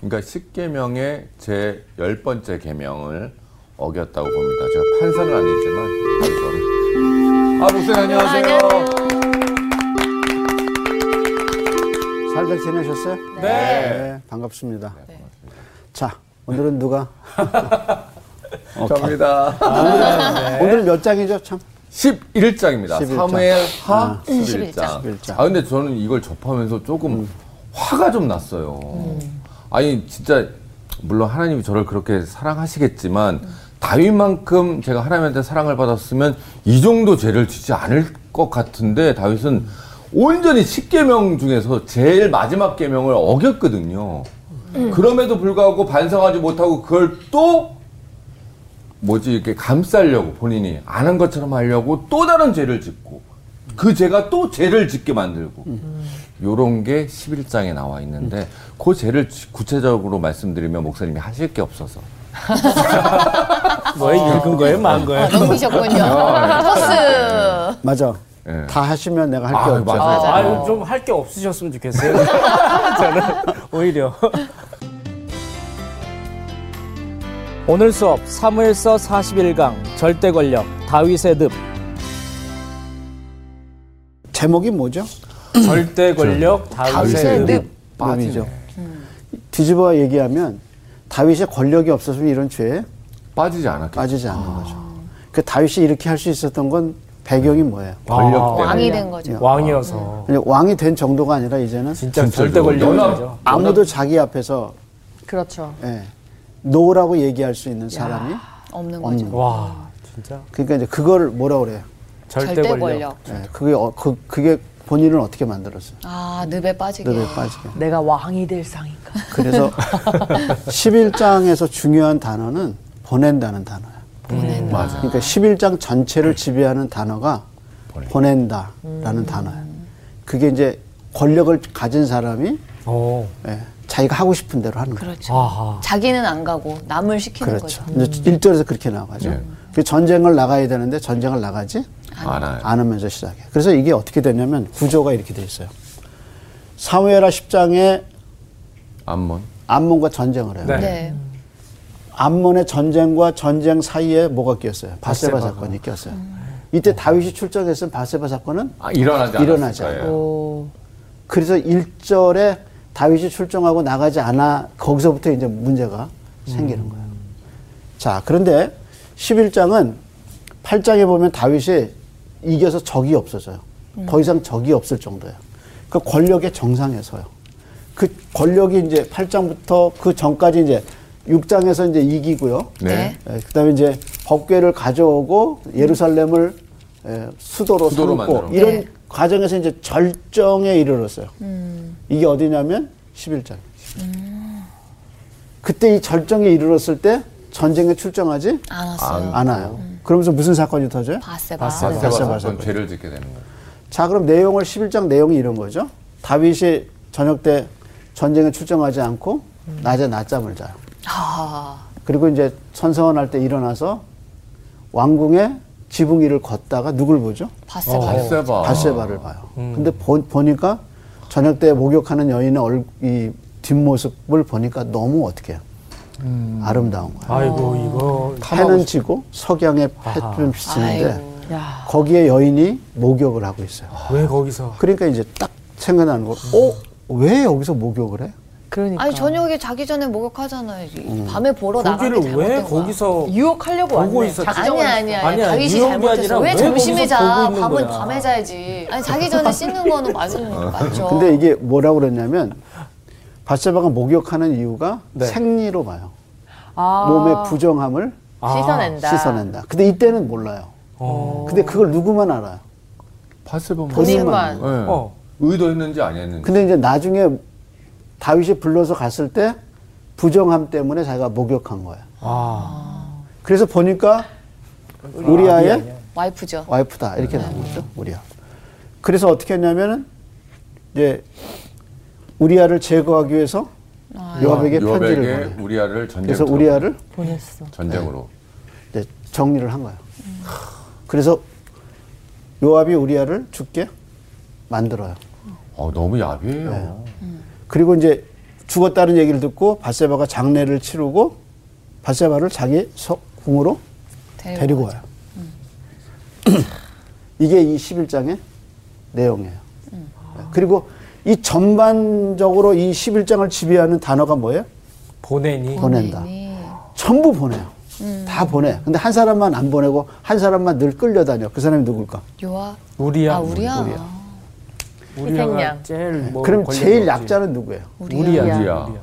그러니까 10계명의 제 10번째 계명을 어겼다고 봅니다. 제가 판사는 아니지만 알죠. 아, 목사님 안녕하세요. 잘들 지내셨어요? 네. 반갑습니다. 네. 자, 오늘은 누가? 감사합니다. 네. 오늘 몇 장이죠, 참? 11장입니다. 11장. 사무엘 하 음, 11장. 11장. 아 근데 저는 이걸 접하면서 조금 화가 좀 났어요. 아니 진짜 물론 하나님이 저를 그렇게 사랑하시겠지만 다윗만큼 제가 하나님한테 사랑을 받았으면 이 정도 죄를 지지 않을 것 같은데 다윗은 온전히 10계명 중에서 제일 마지막 계명을 어겼거든요. 그럼에도 불구하고 반성하지 못하고 그걸 또 뭐지 이렇게 감싸려고 본인이 안 한 것처럼 하려고 또 다른 죄를 짓고 그 죄가 또 죄를 짓게 만들고 요런 게 11장에 나와 있는데 그 죄를 지- 구체적으로 말씀드리면 목사님이 하실 게 없어서 뭐에 읽은 거예요, 만 거예요? 넘기셨군요. 토스. 맞아. 네. 예. 다 하시면 내가 할 게 아, 없죠. 맞아요. 아유, 좀 할 게 없으셨으면 좋겠어요. 저는 오히려. 오늘 수업 사무엘서 41강 절대 권력 다윗의 늪 제목이 뭐죠? 절대 권력 음. 아, 다윗의 늪 죠 음. 뒤집어 얘기하면 다윗의 권력이 없었으면 이런 죄에 빠지지 않았겠죠. 빠지지 않는 아. 거죠. 그 다윗이 이렇게 할 수 있었던 건 네. 배경이 뭐예요? 권력 때문에. 왕이 된 거죠. 아, 왕이어서 그냥 왕이 된 정도가 아니라 이제는 진짜 진짜죠. 절대 권력이죠. 연합- 아무도 자기 앞에서 그렇죠. 예, 노라고 얘기할 수 있는 사람이 없는 음, 거죠. 와, 진짜 그러니까 이제 그걸 뭐라 그래요? 절대, 절대 권력. 권력. 예, 그게 어, 그, 그게 본인을 어떻게 만들었어요? 아, 늪에 빠지게. 뇌에 빠지게. 내가 왕이 될 상인가? 그래서 11장에서 중요한 단어는 보낸다는 단어예요. 보낸다. 그러니까 11장 전체를 지배하는 단어가 보낸다라는 단어예요. 그게 이제 권력을 가진 사람이 오, 예, 자기가 하고 싶은 대로 하는 거예요. 그렇죠. 어, 아하. 자기는 안 가고 남을 시키는 그렇죠. 거죠. 이제 1절에서 그렇게 나가죠. 예. 그 전쟁을 나가야 되는데 전쟁을 나가지 네. 알아요. 안 하면서 시작해. 그래서 이게 어떻게 되냐면 구조가 이렇게 돼 있어요. 사무엘하 10장에 암몬. 암몬과 전쟁을 해요. 네. 네. 암몬의 전쟁과 전쟁 사이에 뭐가 끼었어요? 바세바 사건이 끼었어요. 이때 다윗이 출정했으면 바세바 사건은 아, 일어나지 않았을 일어나지 거예요. 그래서 일절에 다윗이 출정하고 나가지 않아 거기서부터 이제 문제가 생기는 거예요. 자, 그런데 11장은 8장에 보면 다윗이 이겨서 적이 없어져요. 더 이상 적이 없을 정도예요. 그 권력의 정상에 서요. 그 권력이 이제 8장부터 그 전까지 이제 6장에서 이제 이기고요. 네. 예, 그다음에 이제 법궤를 가져오고 예루살렘을 예, 수도로, 수도로 삼고 만들어. 이런 네. 과정에서 이제 절정에 이르렀어요. 음. 이게 어디냐면 11장. 그때 이 절정에 이르렀을 때 전쟁에 출정하지 안 왔어요. 음. 않아요. 그러면서 무슨 사건이 터져요? 바세바. 바세바 바세바 사건, 사건. 죄를 짓게 되는 거예요. 자, 그럼 내용을 11장 내용이 이런 거죠. 다윗이 저녁 때 전쟁에 출정하지 않고 음. 낮에 낮잠을 자요. 아, 그리고 이제 선서원할 때 일어나서 왕궁의 지붕 위를 걷다가 누굴 보죠? 어, 바세바. 바세바. 어. 바세바를 봐요. 근데 보, 니까 저녁 때 목욕하는 여인의 얼, 이 뒷모습을 보니까 너무 어떻게 해요? 아름다운 거예요. 아이고 이거 해는 지고 석양의 해좀 비치는데 아이고. 야, 거기에 여인이 목욕을 하고 있어요. 왜 거기서 그러니까 이제 딱 생각나는 거, 어? 왜 여기서 목욕을 해? 그러니까 아니 저녁에 자기 전에 목욕하잖아요. 이 밤에 보러 뭐 나가게 거기를 왜 잘못된 거야. 거기서 유혹하려고 보고 왔네. 있었지. 작정을 아니야 아니야 아니야, 아니야 다윗이 이런 게 아니라 잘못했어 왜 왜 점심에 거기서 자 보고 있는 밤은 거야? 밤에 자야지 아니 자기 전에 씻는 거는 맞은 맞죠 근데 이게 뭐라고 그랬냐면 바세바가 목욕하는 이유가 네. 생리로 봐요. 아, 몸의 부정함을 씻어낸다. 씻어낸다. 근데 이때는 몰라요. 어. 근데 그걸 누구만 알아요. 바세바. 본인만. 예. 어. 의도했는지 안 했는지. 근데 이제 나중에 다윗이 불러서 갔을 때 부정함 때문에 자기가 목욕한 거야. 아. 그래서 보니까 우리아의 와이프죠 와이프다 이렇게 나온 음. 거죠. 우리아. 그래서 어떻게 했냐면은 이제 우리아를 제거하기 위해서 아. 그 요압에게 편지를 요압에게 보내. 우리아를 전쟁으로. 그래서 우리아를 네. 보냈어. 전쟁으로. 이제 정리를 한 거예요. 그래서 요압이 우리아를 죽게 만들어요. 네. 어, 너무 야비해요. 그리고 이제 죽었다는 얘기를 듣고 바세바가 장례를 치르고 바세바를 자기 서- 궁으로 데리고 데리고 와요. 음. 이게 이 11장의 내용이에요. 음. 네, 그리고 이 전반적으로 이 11장을 지배하는 단어가 뭐예요? 보내니 음. 보낸다. 전부 보내요. 다 보내. 근데 한 사람만 안 보내고 한 사람만 늘 끌려다녀. 그 사람이 누굴까? 요아. 우리야 아 우리야. 우리야가 희생양. 제일 뭐 그럼 걸린 제일 거지. 약자는 누구예요? 우리야 우리야. 네. 우리야.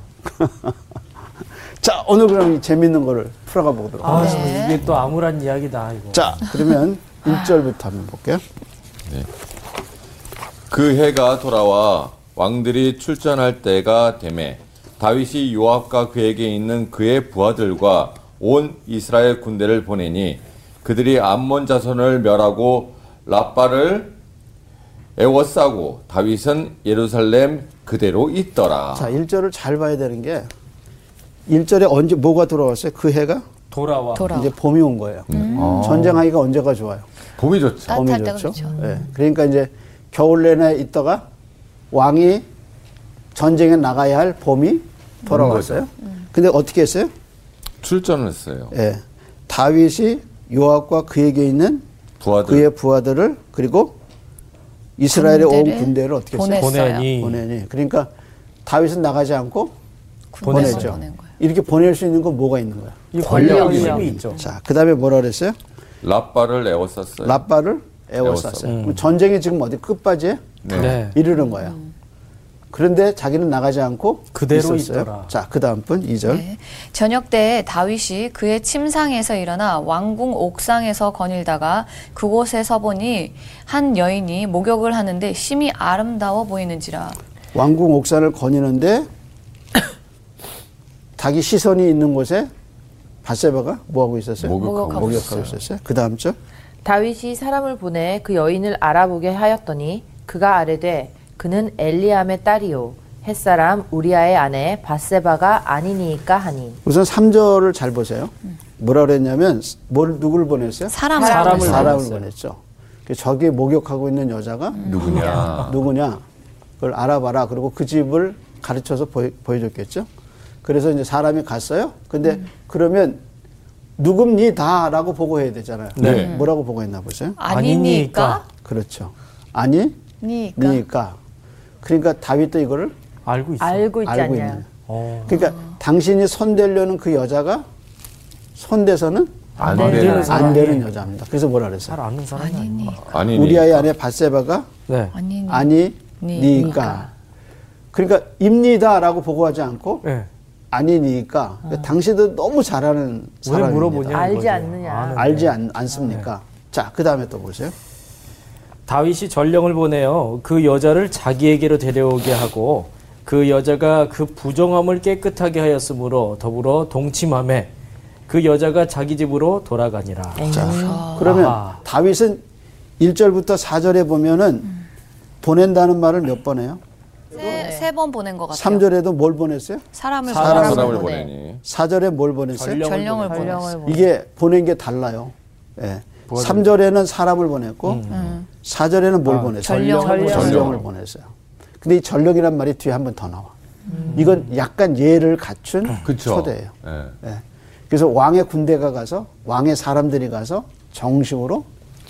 자, 오늘 그럼 이 재밌는 거를 풀어가 보도록 아 하겠습니다. 네. 이게 또 암울한 이야기다 이거 자, 그러면 1절부터 한번 볼게요. 그 해가 돌아와 왕들이 출전할 때가 되매 다윗이 요압과 그에게 있는 그의 부하들과 온 이스라엘 군대를 보내니 그들이 암몬 자손을 멸하고 라빠를 애워싸고 다윗은 예루살렘 그대로 있더라. 자, 1절을 잘 봐야 되는 게 1절에 언제 뭐가 돌아왔어요? 그 해가 돌아와 돌아. 이제 봄이 온 거예요. 음. 전쟁하기가 언제가 좋아요? 봄이 좋죠. 따뜻할 봄이 때가 좋죠. 좋죠. 예. 그러니까 이제 겨울 내내 있다가 왕이 전쟁에 나가야 할 봄이 돌아왔어요. 근데 어떻게 했어요? 출전을 했어요. 예. 다윗이 요압과 그에게 있는 부하들. 그의 부하들을 그리고 이스라엘의 온 군대를 군대를 어떻게 했어요? 보냈어요. 보내니 보내니. 그러니까 다윗은 나가지 않고 군대만 보내죠. 보낸 거예요. 이렇게 보낼 수 있는 건 뭐가 있는 거야? 이 권력이 권력이죠. 힘이 있죠 자, 그 다음에 뭐라 그랬어요? 라빠를 애워쌌어요. 라빠를 애워쌌어요. 그럼 전쟁이 지금 어디 끝까지에 네. 네. 이르는 거야. 음. 그런데 자기는 나가지 않고 그대로 있었어요. 있더라. 자, 그 다음 분 2절. 네. 저녁 때에 다윗이 그의 침상에서 일어나 왕궁 옥상에서 거닐다가 그곳에 서보니 한 여인이 목욕을 하는데 심히 아름다워 보이는지라 왕궁 옥산을 거니는데 자기 시선이 있는 곳에 바세바가 뭐 하고 있었어요? 목욕하고 목욕하고 있었어요. 그 다음 절. 다윗이 사람을 보내 그 여인을 알아보게 하였더니 그가 아뢰되 그는 엘리암의 딸이요 햇사람 우리아의 아내 바세바가 아니니까 하니 우선 3절을 잘 보세요. 뭐라 그랬냐면 뭘 누구를 보냈어요? 사람을 사람을 보냈어요. 사람을 보냈죠. 그 저기 목욕하고 있는 여자가 네. 누구냐? 누구냐 그걸 알아봐라. 그리고 그 집을 가르쳐서 보여, 보여줬겠죠. 그래서 이제 사람이 갔어요. 근데 그러면 누굽니다라고 보고해야 되잖아요. 네. 뭐라고 보고했나 보세요? 아니니까 그렇죠. 아니 니까 니까. 그러니까 다윗도 이거를 알고 있어 알고 있지 알고 않냐 있는. 어. 그러니까 당신이 손대려는 그 여자가 손대서는 안 네. 되는 네. 안 되는 여자입니다. 그래서 뭐라 그랬어요? 잘 아는 사람이 아니 아니 우리 아이 안에 바세바가 네 아니니 아니 니- 니까. 그러니까 입니다라고 보고하지 않고 네. 아니니까 그러니까 당신도 너무 잘하는 왜 사람입니다. 물어보냐 알지 이거죠. 않느냐. 아는데. 네. 알지 않, 않습니까? 자, 그 다음에 또 보세요. 다윗이 전령을 보내어 그 여자를 자기에게로 데려오게 하고 그 여자가 그 부정함을 깨끗하게 하였으므로 더불어 동침함에 그 여자가 자기 집으로 돌아가니라. 그렇죠. 그러면 아하. 다윗은 1절부터 4절에 보면은 보낸다는 말을 몇 번 해요? 세 번 보낸 것 같아요. 3절에도 뭘 보냈어요? 사람을 사람을, 보냈어요. 사람을 보내. 보내니 4절에 뭘 보냈어요? 전령. 아, 전령을 보냈어요. 보냈어요. 전령을 이게 보낸 게 달라요. 예. 3절에는 사람을 음. 보냈고 사 4절에는 아, 뭘 보냈어요? 전령을 음. 보냈어요. 전령을 보냈어요. 근데 이 전령이란 말이 뒤에 한 번 더 나와. 음. 이건 약간 예를 갖춘 음. 그쵸. 초대예요. 예. 예. 그래서 왕의 군대가 가서 왕의 사람들이 가서 정식으로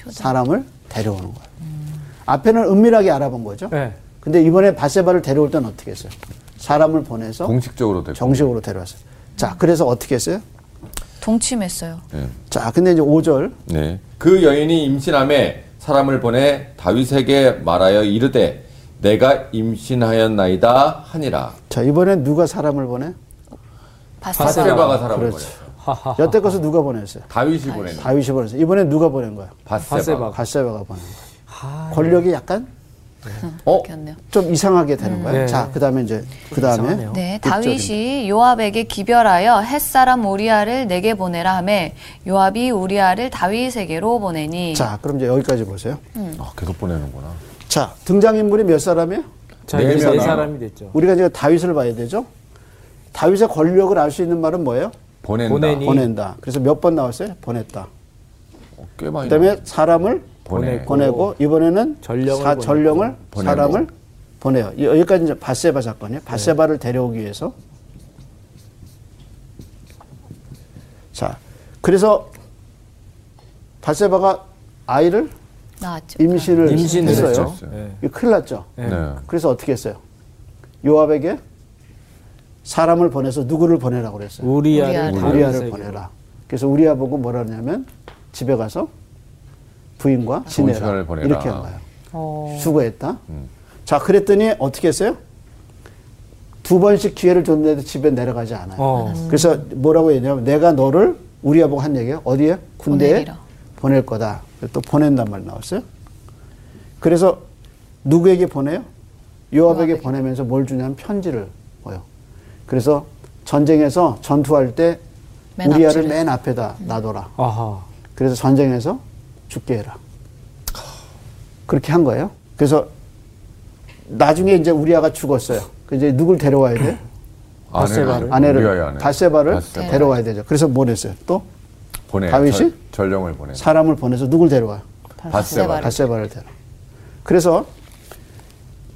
사람을 데려오는 거예요. 음. 앞에는 은밀하게 알아본 거죠. 예. 네. 근데 이번에 바세바를 데려올 때는 어떻게 했어요? 사람을 보내서 공식적으로 됐고. 정식으로 데려왔어요. 자, 그래서 어떻게 했어요? 동침했어요. 네. 예. 자, 근데 이제 5절 네. 그 여인이 임신함에 사람을 보내 다윗에게 말하여 이르되 내가 임신하였나이다 하니라. 자, 이번엔 누가 사람을 보내? 바세바. 바세바가 사람을 보내. 그렇죠. 여태껏은 누가 보냈어요? 다윗이 보내. 다윗이 보냈어요. 이번엔 누가 보낸 거야? 바세바. 바세바가. 바세바가 보낸 아, 네. 거야. 권력이 약간 어? 바뀌었네요. 좀 이상하게 되는 거야. 네. 자, 그다음에 이제 그다음에 이상하네요. 네, 육 절입니다. 다윗이 요압에게 기별하여 햇사람 우리아를 내게 보내라 하매 요압이 우리아를 다윗에게로 보내니 자, 그럼 이제 여기까지 보세요. 아, 계속 보내는구나. 자, 등장인물이 몇 사람이에요? 자, 네 이제 세 명이요. 사람이 됐죠. 우리가 이제 다윗을 봐야 되죠. 다윗의 권력을 알 수 있는 말은 뭐예요? 보낸다. 보내니. 이. 보낸다. 그래서 몇 번 나왔어요? 보냈다. 어, 꽤 많이. 그다음에 사람을 보내. 보내고 이번에는 전령을 사, 보내고. 전령을 보내고. 사람을 보내요. 이- 여기까지 이제 바세바 사건이에요. 바세바를 데려오기 위해서. 자, 그래서 바세바가 아이를 나왔죠. 네, 네. 임신을 임신을 했어요. 했죠. 했어요. 이거 큰일 났죠. 네. 그래서 어떻게 했어요? 요압에게 사람을 보내서 누구를 보내라고 그랬어요. 우리아를 우리아를. 다른 우리아를 세계로. 보내라. 그래서 우리아 보고 뭐라 하냐면 집에 가서 부인과 지내라 시간을 보내라. 이렇게 한 거예요. 어, 수고했다. 자 그랬더니 어떻게 했어요? 두 번씩 기회를 줬는데도 집에 내려가지 않아요. 어. 그래서 뭐라고 했냐면 내가 너를 우리아 보고 한 얘기예요. 어디에? 군대에 보내리라. 보낼 거다. 그래서 또 보낸단 말 나왔어요. 그래서 누구에게 보내요? 요압에게 요압에게. 보내면서 뭘 주냐면 편지를 보여. 그래서 전쟁에서 전투할 때 맨 우리아를 앞줄에. 맨 음. 앞에다 놔둬라. 아하. 그래서 전쟁에서 죽게 해라. 그렇게 한 거예요. 그래서 나중에 이제 우리아가 죽었어요. 그 이제 누굴 데려와야 돼? 바세바를. 우리아의 아내를 아내. 바세바를 바세바를 데려와야 되죠. 그래서 뭐 냈어요? 또 보내. 다윗이? 절- 전령을 보내. 사람을 보내서 누굴 데려와요? 네 바세바를. 바세바를 데려. 그래서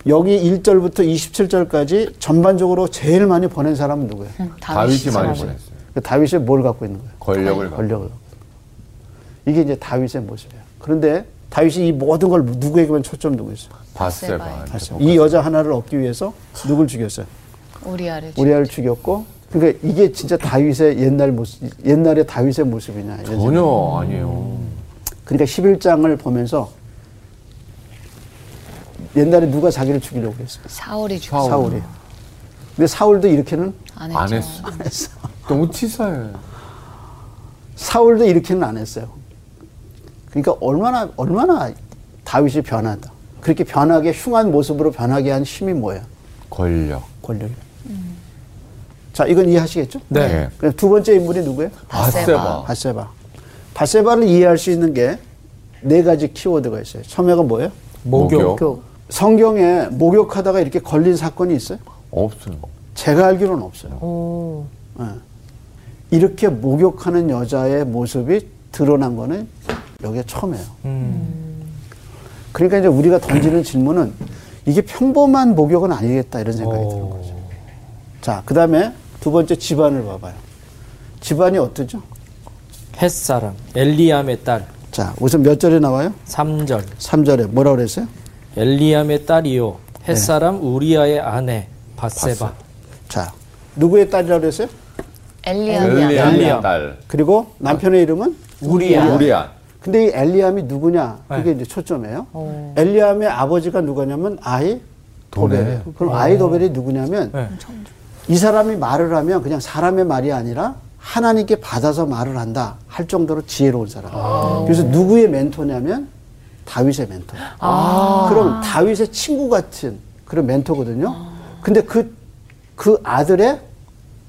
여기 1절부터 27절까지 전반적으로 제일 많이 보낸 사람은 누구예요? 음, 다윗이 다윗이 많이 사람을. 보냈어요. 그 다윗이 뭘 갖고 있는 거예요? 권력을 갖고. 권력을. 갖고 있는 거예요. 이게 이제 다윗의 모습이에요. 그런데 다윗이 이 모든 걸 누구에게만 초점 두고 있어요? 바세바. 봤어요. 이 여자 하나를 얻기 위해서 누굴 죽였어요? 우리아를 죽- 우리아를 죽였고 그러니까 이게 진짜 다윗의 옛날 모습 옛날의 다윗의 모습이냐 이런 생각. 전혀 아니에요. 그러니까 11장을 보면서 옛날에 누가 자기를 죽이려고 그랬어 사울이 죽 사울. 사울이 근데 사울도 이렇게는 안 했죠. 안 했어. 너무 치사해. 사울도 이렇게는 안 했어요 그러니까 얼마나 얼마나 다윗이 변하다 그렇게 변하게 흉한 모습으로 변하게 한 힘이 뭐예요 권력. 권력이 자 이건 이해하시겠죠 네. 네. 어. 그럼 두 번째 인물이 누구예요 바세바. 바세바. 바세바를 이해할 수 있는 게 네 가지 키워드가 있어요. 처음에가 뭐예요? 목욕. 목욕. 성경에 목욕하다가 이렇게 걸린 사건이 있어요? 없어요. 제가 알기로는 없어요. 오, 예. 이렇게 목욕하는 여자의 모습이 드러난 거는 여기가 처음이에요. 음. 그러니까 이제 우리가 던지는 질문은 이게 평범한 목욕은 아니겠다 이런 생각이 드는 오. 거죠. 자, 그 다음에 두 번째 집안을 봐봐요. 집안이 어떠죠? 햇사람. 엘리암의 딸. 자, 우선 몇 절에 나와요? 삼절 삼절에 뭐라고 그랬어요? 엘리암의 딸이요. 햇사람 우리아의 아내 바세바. 자, 누구의 딸이라고 그랬어요? 엘리암이 엘리야. 아니라 엘리야. 딸. 그리고 남편의 이름은 우리아. 우리안. 근데 이 엘리암이 누구냐? 그게 네. 어. 이제 초점이에요. 엘리암의 아버지가 누구냐면 아이 도벨. 도벨이에요. 그럼 아이 도벨이 누구냐면 네. 이 사람이 말을 하면 그냥 사람의 말이 아니라 하나님께 받아서 말을 한다 할 정도로 지혜로운 사람. 그래서 누구의 멘토냐면 다윗의 멘토. 아. 그럼 다윗의 친구 같은 그런 멘토거든요. 근데 그, 그 아들의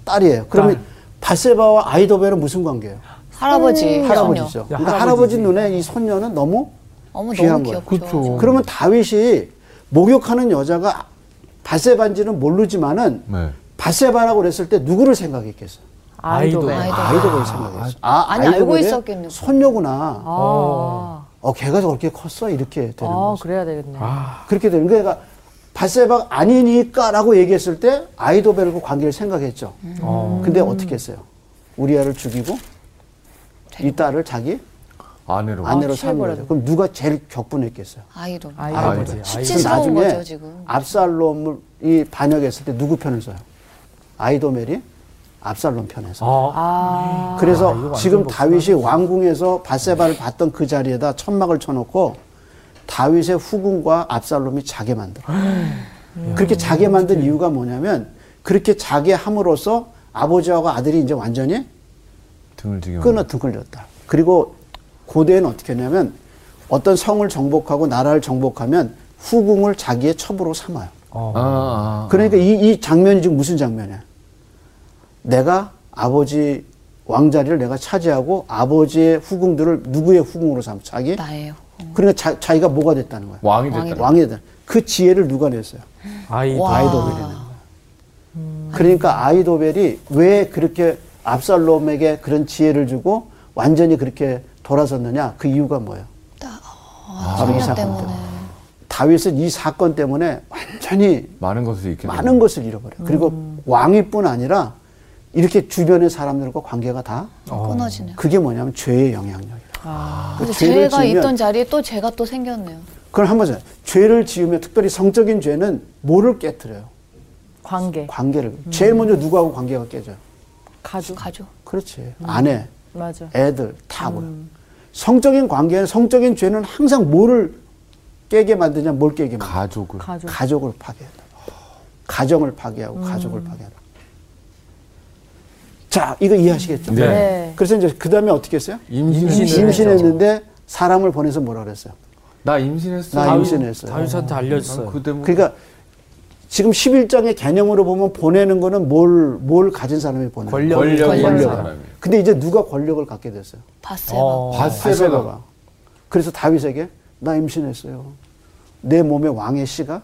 딸이에요. 그러면 바세바와 아이도벨은 무슨 관계예요? 할아버지. 할아버지죠. 손녀. 그러니까 할아버지 눈에 이 손녀는 너무 어머 귀한 너무 거예요. 귀엽죠. 그렇죠. 그러면 다윗이 목욕하는 여자가 바세반지는 모르지만은 네. 바세바라고 그랬을 때 누구를 생각했겠어? 요 아이돌. 아이돌. 아이돌. 아이돌을 생각했어. 아, 아니, 알고 아이돌의 있었겠네요. 손녀구나. 아, 어, 걔가 저렇게 컸어 이렇게 되는 아 거죠. 그래야 되겠네. 그렇게 되는 거예요. 그러니까 바세바 아니니까라고 얘기했을 때 아이도벨과 관계를 생각했죠. 근데 어떻게 했어요? 우리아를 죽이고 이 딸을 자기 아내로. 아내로 아, 삼은 거죠. 그럼 누가 제일 격분했겠어요? 아이돌. 아이돌. 아이돌. 수치스러운 거죠 지금. 압살롬이 반역했을 때 누구 편을 써요? 아이도멜이 압살롬 편에서. 아. 아, 그래서 완전 지금 복수다. 다윗이 왕궁에서 바세바를 봤던 그 자리에다 천막을 쳐놓고 다윗의 후궁과 압살롬이 자게 만들어. 음. 그렇게 자게 만든 이유가 뭐냐면 그렇게 자게 함으로써 아버지하고 아들이 이제 완전히 등을 지겨. 끊어 등걸렸다. 그리고 고대에는 어떻게 했냐면 어떤 성을 정복하고 나라를 정복하면 후궁을 자기의 첩으로 삼아요. 어. 아, 아. 그러니까 이, 이 장면이 지금 무슨 장면이야? 내가 아버지 왕자리를 내가 차지하고 아버지의 후궁들을 누구의 후궁으로 삼? 자기? 나예요. 그러니까 자, 자기가 뭐가 됐다는 거야. 왕이 됐다. 왕이 됐다. 그 지혜를 누가 냈어요? 아이돌. 아이도벨이네요. 그러니까 아이도벨이 왜 그렇게 압살롬에게 그런 지혜를 주고 완전히 그렇게 돌아섰느냐? 그 이유가 뭐예요? 나- 아, 바로 손녀 이 사건 때문에. 때문에. 다윗은 이 사건 때문에 완전히 많은 것을 잃게 되는 많은 것을 잃어버려. 요 그리고 음. 왕위뿐 아니라 이렇게 주변의 사람들과 관계가 다 끊어지네요. 아. 그게 뭐냐면 죄의 영향력이에요. 그 근데 아, 죄를 제가 지으면- 있던 자리에 또 죄가 또 생겼네요. 그걸 한번 보자. 죄를 지으면 특별히 성적인 죄는 뭐를 깨뜨려요? 관계, 관계를. 음. 제일 먼저 누구하고 관계가 깨져요? 가족. 가죠. 그렇지. 음. 아내, 맞아. 애들 다고요. 음. 성적인 관계는 성적인 죄는 항상 뭐를 깨게 만드냐, 뭘 깨게 만드냐. 가족을 가족. 음. 가족을 파괴한다. 가정을 파괴하고 가족을 파괴한다. 자, 이거 이해하시겠죠? 네. 네. 그래서 이제 그 다음에 어떻게 했어요? 임신을 임신을 했죠. 임신했는데 사람을 보내서 뭐라 그랬어요? 나 임신했어. 나 아, 임신- 임신했어요. 다윗한테 알려줬어요. 그때 뭐 그러니까 지금 11장의 개념으로 보면 보내는 거는 뭘, 뭘 가진 사람이 보내는 거예요. 권력. 권력이 권력을. 있는 권력을. 사람이. 근데 이제 누가 권력을 갖게 됐어요? 봤어요. 어. 바세바가 바세바가. 그래서 다윗에게 나 임신했어요. 내 몸에 왕의 씨가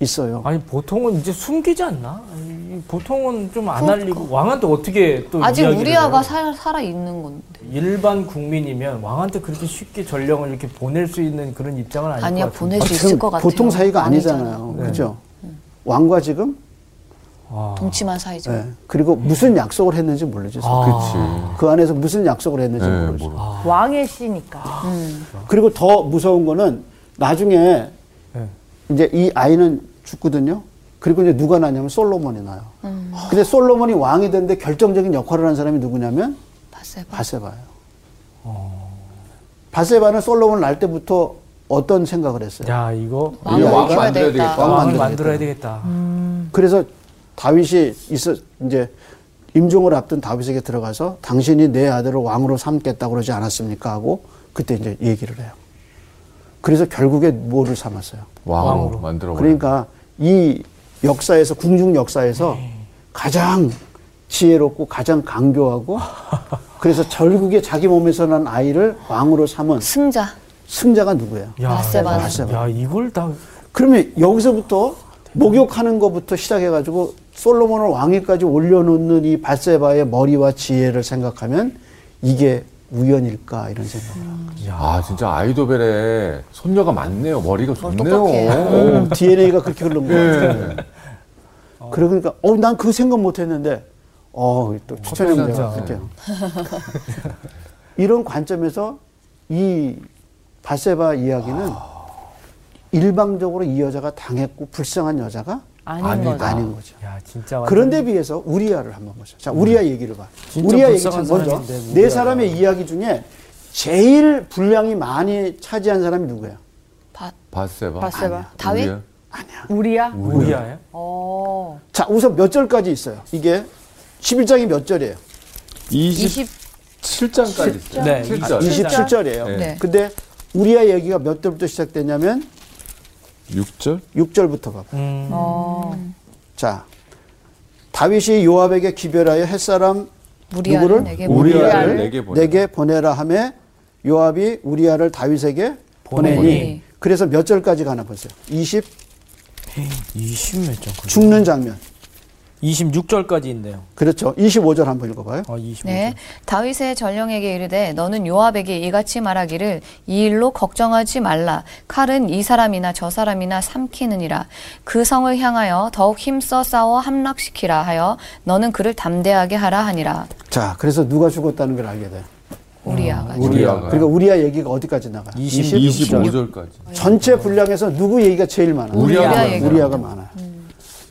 있어요. 아니 보통은 이제 숨기지 않나? 아니, 보통은 좀 안 알리고 왕한테 어떻게 또 그, 아직 이야기를 우리아가 해요? 살아 있는 건데. 일반 국민이면 왕한테 그렇게 쉽게 전령을 이렇게 보낼 수 있는 그런 입장은 아닐 아니야 것 같아요. 보낼 수 아, 있을 지금 것 같아요. 보통 사이가 아니잖아요. 네. 그죠? 왕과 지금, 아. 동치만 사이죠. 예. 그리고 무슨 약속을 했는지 모르죠. 아. 그 안에서 무슨 약속을 했는지 네, 모르죠. 모르- 왕의 씨니까. 음, 그리고 더 무서운 거는 나중에 네. 이제 이 아이는 죽거든요. 그리고 이제 누가 나냐면 솔로몬이 나요. 음. 근데 솔로몬이 왕이 되는데 결정적인 역할을 한 사람이 누구냐면 봤어요. 바세바예요. 바세바는 솔로몬 날 때부터 어떤 생각을 했어요? 야 이거 이게 왕을 왕 이겨야 만들어야 되겠다. 되겠다. 왕을 왕을 만들어야 되겠다. 음. 그래서 다윗이 있어 이제 임종을 앞둔 다윗에게 들어가서 당신이 내 아들을 왕으로 삼겠다 그러지 않았습니까 하고 그때 이제 얘기를 해요. 그래서 결국에 뭐를 삼았어요. 왕으로 만들어. 그러니까 이 역사에서 궁중 역사에서 네. 가장 지혜롭고 가장 강교하고 그래서 결국에 자기 몸에서 난 아이를 왕으로 삼은 승자. 승자가 누구예요? 야, 바세바는. 바세바. 야 이걸 다 그러면 여기서부터 목욕하는 것부터 시작해가지고 솔로몬을 왕위까지 올려놓는 이 바세바의 머리와 지혜를 생각하면 이게 우연일까 이런 생각을 하고 아 진짜 아이도벨에 손녀가 많네요. 머리가 똑똑해. 좋네요. DNA가 그렇게 흐른 거 같아요. 그러니까 어 난 그 생각 못했는데 어또 추천해 커피 주세요. 한잔. 할게요. 이런 관점에서 이 바세바 이야기는 일방적으로 이 여자가 당했고 불쌍한 여자가 아닌 아니다. 거죠. 아닌 거죠. 야 진짜 완전- 그런데 비해서 우리아를 한번 보자. 자, 우리아 얘기를 봐. 음. 진짜 우리아 얘기 불쌍한 참 먼저 사람인데, 우리아가. 네 사람의 이야기 중에 제일 분량이 많이 차지한 사람이 누구예요? 바, 바세바. 바세바. 아니야. 다윗? 우리야? 우리야? 음. 우리아야? 어. 자, 우선 몇 절까지 있어요? 이게 11장이 몇 절이에요? 20 27장까지 있어요. 네, 7절. 아, 27절이에요. 네. 네. 근데 우리아 얘기가 몇 절부터 시작되냐면 6절? 6절부터 봐. 음. 어. 자. 다윗이 요압에게 기별하여 햇사람 무리하는 누구를? 내게 우리아를 내게 보내. 내게 보내라 하매 요압이 우리아를 다윗에게 보내니. 보내니. 그래서 몇 절까지 가나 보세요. 20 20몇 장. 죽는 장면. 26절까지 있네요. 그렇죠. 25절 한번 읽어봐요. 아, 25절. 네, 다윗의 전령에게 이르되 너는 요압에게 이같이 말하기를 이 일로 걱정하지 말라 칼은 이 사람이나 저 사람이나 삼키느니라 그 성을 향하여 더욱 힘써 싸워 함락시키라 하여 너는 그를 담대하게 하라 하니라 자, 그래서 누가 죽었다는 걸 알게 돼요. 우리아가 우리아가. 그리고 우리아 얘기가 어디까지 나가요? 20, 25절까지. 전체 분량에서 누구 얘기가 제일 많아요? 우리아 우리아 얘기가 우리아가 많아요.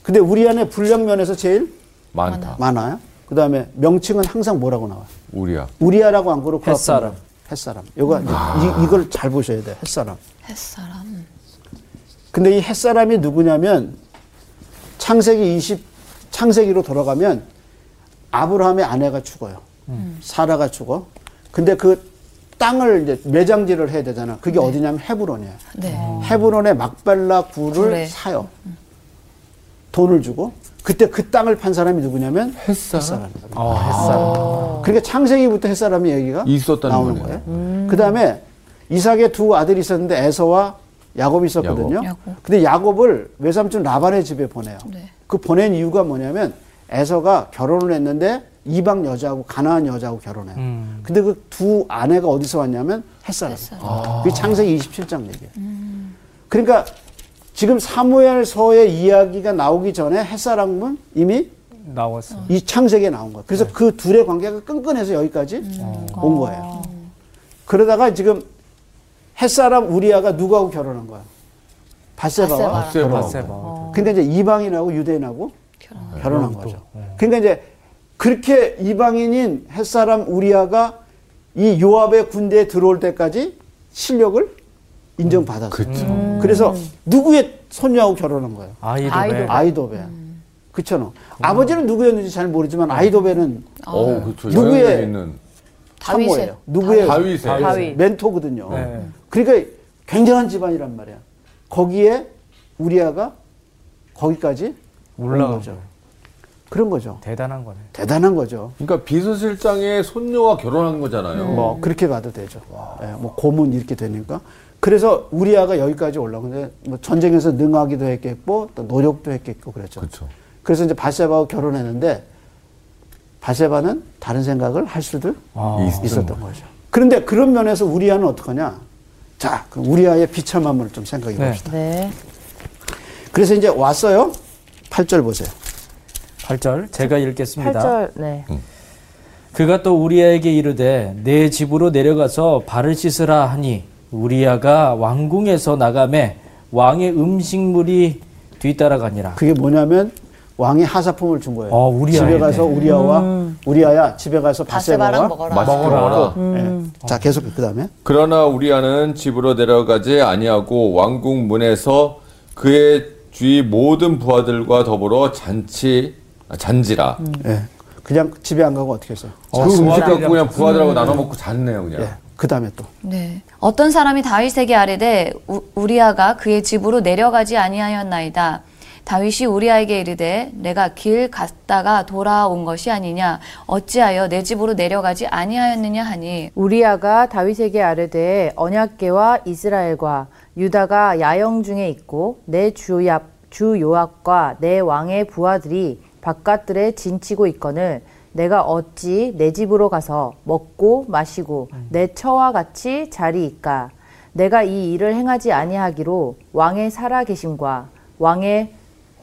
근데 우리아의 분량 면에서 제일 많다. 많아요. 그 다음에 명칭은 항상 뭐라고 나와요? 우리야. 우리아라고 안 그러고 햇사람. 햇사람. 요거 이, 이걸 잘 보셔야 돼. 요 햇사람. 햇사람 근데 이 햇사람이 누구냐면 창세기 20 창세기로 돌아가면 아브라함의 아내가 죽어요. 음. 사라가 죽어. 근데 그 땅을 이제 매장지를 해야 되잖아. 그게 어디냐면 헤브론이에요. 네 헤브론의 막발라 굴을 굴에. 음. 사요. 돈을 주고 그때 그 땅을 판 사람이 누구냐면 햇사람. 아, 어. 그러니까 창세기부터 햇사람의 얘기가 있었다는 나오는 거네요. 거예요. 그다음에 이삭의 두 아들이 있었는데 에서와 야곱이 있었거든요. 야곱. 야곱. 근데 야곱을 외삼촌 라반의 집에 보내요. 네. 그 보낸 이유가 뭐냐면 에서가 결혼을 했는데 이방 여자하고 가나안 여자하고 결혼해요. 음. 근데 그 두 아내가 어디서 왔냐면 햇사람. 햇사람. 그게 창세기 27장 얘기예요. 그러니까 지금 사무엘서의 이야기가 나오기 전에 햇사람은 이미 나왔어. 이 창세기에 나온 거야. 그래서 그 둘의 관계가 끈끈해서 여기까지 온 거예요. 그러다가 지금 햇사람 우리아가 누구하고 결혼한 거야? 바세바와 밧세바랑. 밧세바. 바세바. 근데 이제 이방인하고 유대인하고 결혼한, 거죠. 그러니까 이제 그렇게 이방인인 햇사람 우리아가 이 요압의 군대에 들어올 때까지 실력을 인정받았어요. 그쵸. 래서 누구의 손녀하고 결혼한 거예요? 아이돌. 아이돌. 네. 아이도베. 그쵸? 아버지는 누구였는지 잘 모르지만 아이도베는 어, 그렇죠. 누구의- 영향력 있는 다윗의- 사모예요. 누구의 다윗의 다윗. 멘토거든요. 네. 그러니까 굉장한 집안이란 말이야. 거기에 우리아가 거기까지 올라간 온 거죠. 그런 거죠. 대단한 거네. 대단한 거죠. 그러니까 비서실장의 손녀와 결혼한 거잖아요. 뭐 그렇게 봐도 되죠. 예, 뭐 고문 이렇게 되니까. 그래서 우리아가 여기까지 올라오는데 뭐 전쟁에서 능하기도 했겠고 또 노력도 했겠고 그랬죠. 그렇죠. 그래서 이제 바세바하고 결혼했는데 바세바는 다른 생각을 할 수도 있었던 거죠. 그런데 그런 면에서 우리아는 어떡하냐? 자, 그럼 우리아의 비참함을 좀 생각해 네. 봅시다. 네. 그래서 이제 왔어요. 8절 보세요. 8절 제가 읽겠습니다. 8절. 네. 그가 또 우리아에게 이르되 내 집으로 내려가서 발을 씻으라 하니 우리아가 왕궁에서 나가매 왕의 음식물이 뒤따라가니라. 그게 뭐냐면 왕이 하사품을 준 거예요. 어, 우리아에게. 집에 가서 우리아와 우리아야 집에 가서 바세바와 바세바랑 먹어라. 먹어라. 음. 예. 자, 계속 그 다음에 그러나 우리아는 집으로 내려가지 아니하고 왕궁 문에서 그의 주위 모든 부하들과 더불어 잔치 아, 잔지라. 음. 예. 그냥 집에 안 가고 어떻게 했어요? 그 음식 갖고 그냥 부하들하고 나눠 먹고 잤네요, 그냥. 예. 그 다음에 또 네. 어떤 사람이 다윗에게 아뢰되 우- 우리아가 그의 집으로 내려가지 아니하였나이다. 다윗이 우리아에게 이르되 내가 길 갔다가 돌아온 것이 아니냐 어찌하여 내 집으로 내려가지 아니하였느냐 하니 우리아가 다윗에게 아뢰되 언약궤와 이스라엘과 유다가 야영 중에 있고 내 주압 주 요압과 내 왕의 부하들이 바깥들에 진치고 있거늘 내가 어찌 내 집으로 가서 먹고 마시고 내 처와 같이 자리이까 내가 이 일을 행하지 아니하기로 왕의 살아계심과 왕의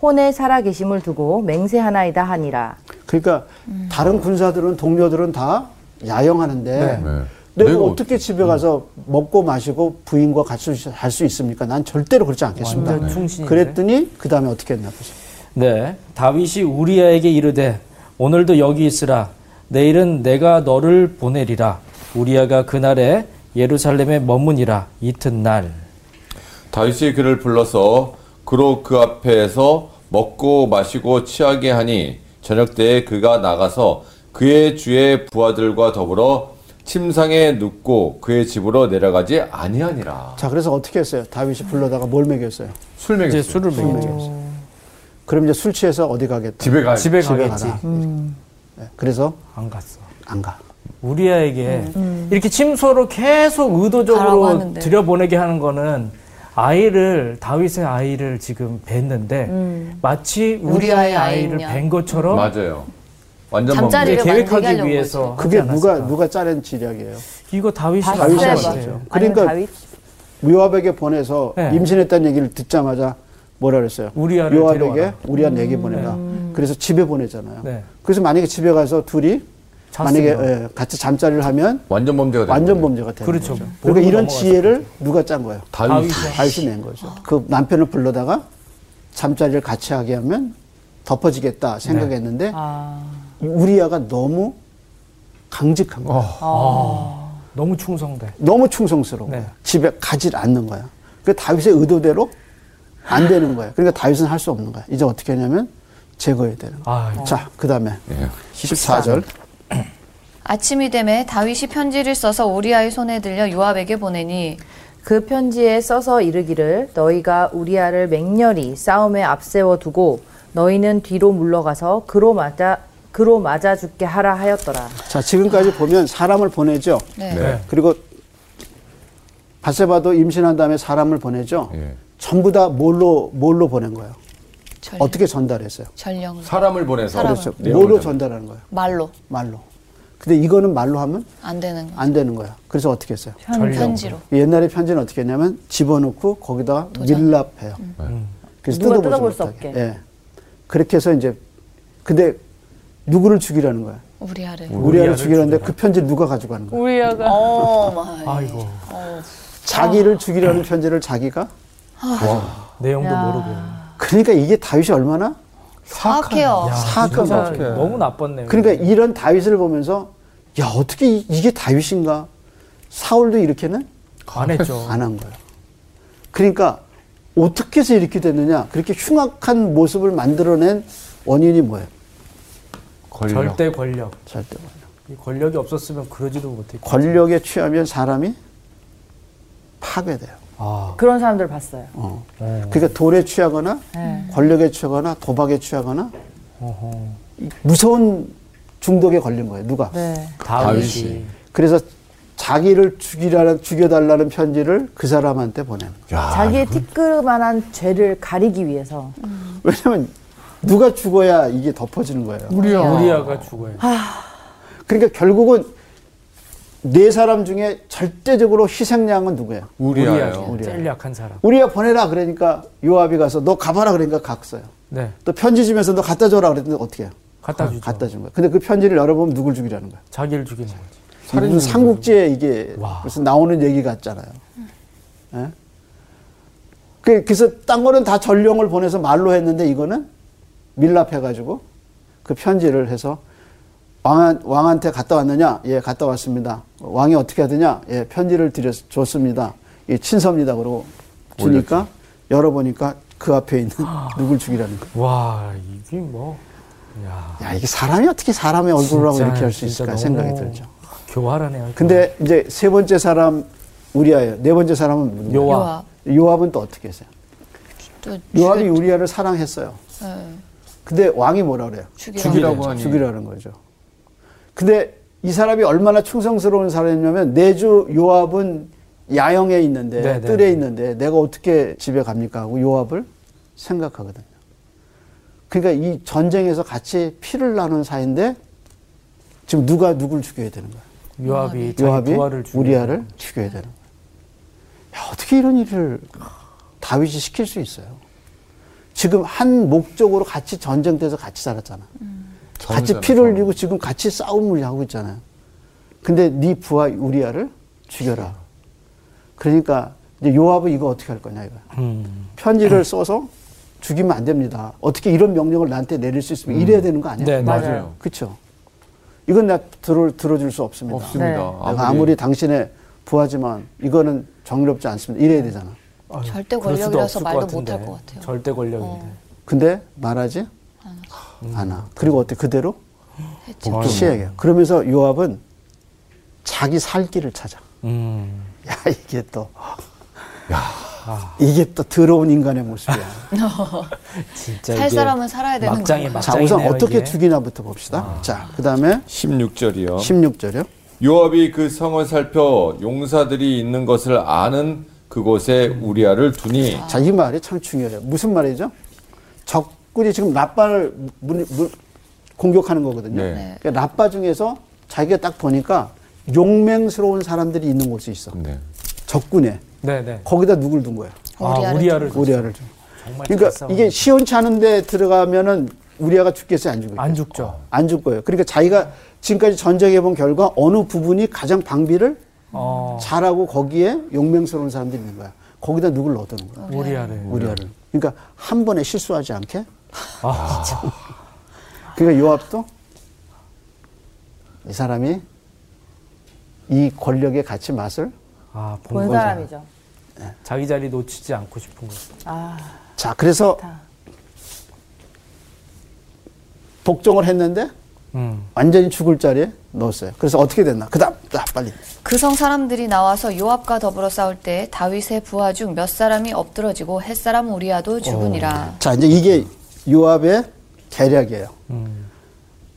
혼의 살아계심을 두고 맹세하나이다 하니라 그러니까 음. 다른 군사들은 동료들은 다 야영하는데 네. 내가, 내가 어떻게 집에 가서 먹고 마시고 부인과 같이 할 수 있습니까? 난 절대로 그렇지 않겠습니다. 완전 충신인데? 그랬더니 그 다음에 어떻게 했냐 보세요. 네. 다윗이 우리아에게 이르되 오늘도 여기 있으라. 내일은 내가 너를 보내리라. 우리아가 그날에 예루살렘에 머무니라. 이튿날. 다윗이 그를 불러서 그로 그 앞에서 먹고 마시고 취하게 하니 저녁 때에 그가 나가서 그의 주의 부하들과 더불어 침상에 눕고 그의 집으로 내려가지 아니하니라. 자, 그래서 어떻게 했어요? 다윗이 불러다가 뭘 먹였어요? 그렇죠. 술 이제 먹였어요. 술을 먹였죠. 그럼 이제 술 취해서 어디 가겠다. 집에 가요. 집에 집에 가겠지. 가라. 네, 그래서 안 갔어. 안 가. 우리아에게 이렇게 침소로 계속 가라고 의도적으로 하는데. 들여보내게 하는 거는 아이를 다윗의 아이를 지금 뵀는데 마치 우리아의 우리아의 아이를 아이냐. 뵌 것처럼 맞아요. 완전 이제 잠자리를 먹는 만들게 계획하기 하려고 위해서 그게 하지 누가 않았을까. 누가 짜낸 지략이에요. 이거 다윗이 다윗이 다윗이 맞아요. 네. 같아요. 그러니까- 아니면 다윗 요압에게 보내서 네. 임신했다는 얘기를 듣자마자 뭐라 그랬어요? 우리아를 요압에게 데려와라. 우리아 내게 보내라. 그래서 집에 보내잖아요. 음. 네. 그래서 만약에 집에 가서 둘이 만약에 잤으면. 예, 같이 잠자리를 하면 완전 범죄가 되는 완전 거예요. 범죄가 되는 그렇죠. 거죠. 모르고 그러니까 이런 넘어갔을 지혜를 누가 짠 거예요? 다윗이 다윗이 낸 거죠. 그 남편을 불러다가 잠자리를 같이 하게 하면 덮어지겠다 네. 생각했는데 아. 우리아가 너무 강직한 거예요. 아, 어. 너무 충성돼. 너무 충성스러워. 네. 집에 가질 않는 거야. 그 다윗의 의도대로 안 되는 거야. 그러니까 다윗은 할 수 없는 거야. 이제 어떻게 하냐면 제거해야 되는 거야. 아, 자, 그 다음에 예. 14절. 아침이 되매 다윗이 편지를 써서 우리아의 손에 들려 요압에게 보내니 그 편지에 써서 이르기를 너희가 우리아를 맹렬히 싸움에 앞세워 두고 너희는 뒤로 물러가서 그로 맞아 그로 맞아 죽게 하라 하였더라. 자, 지금까지 보면 사람을 보내죠. 네. 네. 그리고 바세바도 임신한 다음에 사람을 보내죠. 예. 전부 다 뭘로, 뭘로 보낸 거예요? 전령, 어떻게 전달했어요? 전령 사람을 보내서 사람을. 그렇죠. 내용을 뭐로 전- 전달하는 거예요? 말로 말로. 근데 이거는 말로 하면 안 되는 거. 안 되는 거야. 그래서 어떻게 했어요? 편지로. 옛날에 편지는 어떻게 했냐면 집어넣고 거기다 밀랍해요. 예. 그래서 음. 누가 뜯어보지 뜯어볼 수 못하게. 없게. 예. 그렇게 해서 이제 근데 누구를 죽이라는 거야? 우리 아를. 우리 아를 죽이라는데 그 편지를 누가 가지고 가는 거야? 우리아가 어, 마이. 아이고 아. 자기를 죽이려는 편지를 자기가? 내용도 야. 모르고 그러니까 이게 다윗이 얼마나 사악해요. 야, 아, 사악한 진짜 거죠. 너무 나빴네요. 그러니까 이런 다윗을 보면서 야 어떻게 이- 이게 다윗인가? 사울도 이렇게는 안 했죠. 안 한 거예요. 그러니까 어떻게 해서 이렇게 됐느냐? 그렇게 흉악한 모습을 만들어낸 원인이 뭐예요? 권력. 절대 권력. 절대 권력. 이 권력이 없었으면 그러지도 못했고. 권력에 취하면 사람이 파괴돼요. 아, 그런 사람들 봤어요. 어. 네. 그러니까 돌에 취하거나 네. 권력에 취하거나 도박에 취하거나 어허. 이 무서운 중독에 걸린 거예요. 누가? 네. 다윗이 그래서 자기를 죽이라는 죽여달라는 편지를 그 사람한테 보내는 거예요. 야, 자기의 티끌만한 죄를 가리기 위해서 음. 왜냐면 누가 죽어야 이게 덮어지는 거예요. 우리야 우리야가 죽어요. 아, 그러니까 결국은 네 사람 중에 절대적으로 희생양은 누구예요? 우리야요. 우리야. 제일 약한 사람. 우리야 보내라 그러니까 요압이 가서 너 가봐라 그러니까 갔어요. 네. 또 편지 주면서 너 갖다 줘라 그랬는데 어떻게 해요? 갖다 주죠. 아, 갖다 준 거야. 근데 그 편지를 열어보면 누굴 죽이라는 거야. 자기를 죽이는 거지. 무슨 삼국지에 이게 와. 무슨 나오는 얘기 같잖아요. 예? 그- 그래서 딴 거는 다 전령을 보내서 말로 했는데 이거는 밀랍해가지고 그 편지를 해서 왕한, 왕한테 갔다 왔느냐? 예, 갔다 왔습니다. 왕이 어떻게 하느냐? 예, 편지를 드렸, 줬습니다. 예, 친서입니다. 그러고 주니까 열어보니까 그 앞에 있는 아. 누굴 죽이라는 거야. 와 이게 뭐. 야. 야, 이게 사람이 어떻게 사람의 얼굴로 진짜, 이렇게 할 수 진짜 있을까 너무 생각이 들죠. 교활하네요. 근데 이제 세 번째 사람 우리아예요. 네 번째 사람은 누구예요? 요압. 요압. 요압은 또 어떻게 했어요? 또 요압이 죽였- 우리아를 사랑했어요. 예, 근데 왕이 뭐라 그래요? 죽이라고. 죽이라고 하니. 죽이라는 거죠. 근데 이 사람이 얼마나 충성스러운 사람이냐면 내주 요압은 야영에 있는데 네, 네. 뜰에 있는데 내가 어떻게 집에 갑니까 하고 요압을 생각하거든요. 그러니까 이 전쟁에서 같이 피를 나눈 사이인데 지금 누가 누굴 죽여야 되는 거야? 요압이 자기 요압이 부하를 죽이는 우리아를 죽여야 되는 거예요. 야, 어떻게 이런 일을 다윗이 시킬 수 있어요? 지금 한 목적으로 같이 전쟁돼서 같이 살았잖아. 음. 같이 전쟁에서. 피를 흘리고 지금 같이 싸움을 하고 있잖아요. 근데 네 부하 우리아를 죽여라. 그러니까 이제 요압은 이거 어떻게 할 거냐 이거. 음. 편지를 써서 죽이면 안 됩니다. 어떻게 이런 명령을 나한테 내릴 수 있으면 이래야 되는 거 아니야? 네, 맞아요. 맞아요. 그렇죠. 이건 나 들어 들어줄 수 없습니다. 없습니다. 네. 내가 아무리 당신의 부하지만 이거는 정의롭지 않습니다. 이래야 되잖아. 아유, 절대 그럴 수도 권력이라서 없을 말도 같은데. 못할 것 같아요. 어. 절대 권력인데. 근데 말하지 않아. 그리고 어때? 그대로 했죠. 아유. 시행해. 그러면서 요압은 자기 살 길을 찾아. 음. 야 이게 또 이게 또 더러운 인간의 모습이야. 진짜 살 이게 사람은 살아야 되는 막장이 거예요. 막- 자 우선 짱이네요, 어떻게 이게. 죽이나부터 봅시다. 자 그다음에 16절이요. 어. 16절이요. 요압이 그 성을 살펴 용사들이 있는 것을 아는 그곳에 우리아를 두니 자, 이 말이 참 중요해요. 무슨 말이죠? 적군이 지금 라빠를 문- 문- 공격하는 거거든요. 네. 네. 그러니까 라빠 중에서 자기가 딱 보니까 용맹스러운 사람들이 있는 곳이 있어. 네. 적군에. 네, 네. 거기다 누굴 둔 거야? 아, 우리아를 우리아를 우리아를 좀. 정말 잘 그러니까 싸워. 이게 시원치 않은데 들어가면은 우리아가 죽겠어요? 안 죽겠어요? 안 죽죠. 안 죽 거예요. 그러니까 자기가 지금까지 전쟁해 본 결과 어느 부분이 가장 방비를 어. 잘하고 거기에 용맹스러운 사람들이 있는 거야. 거기다 누굴 넣어두는 거야? 우리아를. 우리아를. 그러니까 한 번에 실수하지 않게. 아, 그러니까 요압도 이 사람이 이 권력의 같이 맛을 아, 본 본 거죠. 사람이죠. 자기 자리 놓치지 않고 싶은 거죠. 아, 자 그래서 좋다. 복종을 했는데 음. 완전히 죽을 자리에 넣었어요. 그래서 어떻게 됐나? 그다음 자, 빨리 그성 사람들이 나와서 요압과 더불어 싸울 때 다윗의 부하 중 몇 사람이 엎드러지고 햇사람 우리아도 어. 죽으니라. 자 이제 이게 요압의 계략이에요. 음.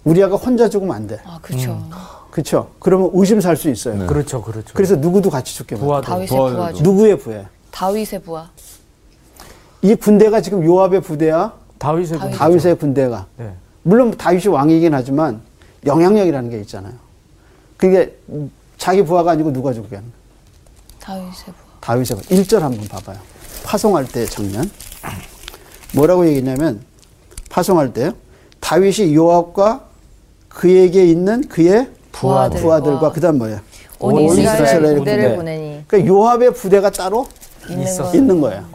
우리아가 혼자 죽으면 안 돼. 아 그렇죠. 그렇죠? 그러면 의심 살 수 있어요. 그렇죠, 그렇죠. 음. 그래서 누구도 같이 죽게 만들어. 부하도 다윗의 부하들도. 네. 부하 중 누구의 부해? 다윗의 부하. 이 군대가 지금 요압의 부대야. 다윗의 군대. 다윗의 군대가 네. 물론 다윗이 왕이긴 하지만 영향력이라는 게 있잖아요. 그게 자기 부하가 아니고 누가 죽게 하는 거야? 다윗의 부하. 다윗의 부 1절 한번 봐봐요. 파송할 때 장면. 뭐라고 얘기했냐면 파송할 때 다윗이 요압과 그에게 있는 그의 부하들과. 어. 부하들과 그다음 뭐예요? 온 온 이스라엘 이스라엘 군대. 부대를 보내니 그러니까 요압의 부대가 따로 있는 음. 거 있는 거예요.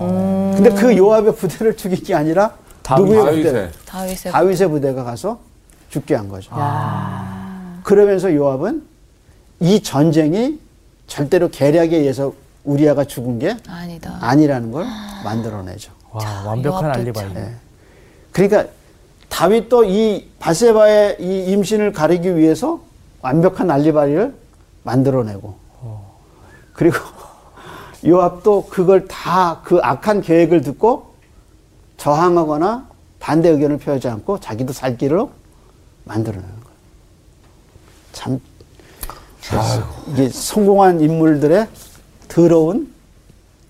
근데 그 요압의 부대를 죽인 게 아니라 다윗. 누구의 부대? 다윗의 다윗의 아. 부하. 다윗의 부대가 가서 죽게 한 거죠. 그러면서 요압은 이 전쟁이 절대로 계략에 의해서 우리아가 죽은 게 아니다. 아니라는 걸 만들어내죠. 와, 완벽한 요압도 알리바이. 그러니까 다윗도 이 바세바의 이 임신을 가리기 위해서 완벽한 알리바리를 만들어내고 그리고 요압도 그걸 다 그 악한 계획을 듣고 저항하거나 반대 의견을 표하지 않고 자기도 살 길로 만들어내는 거예요. 참 이게 성공한 인물들의 더러운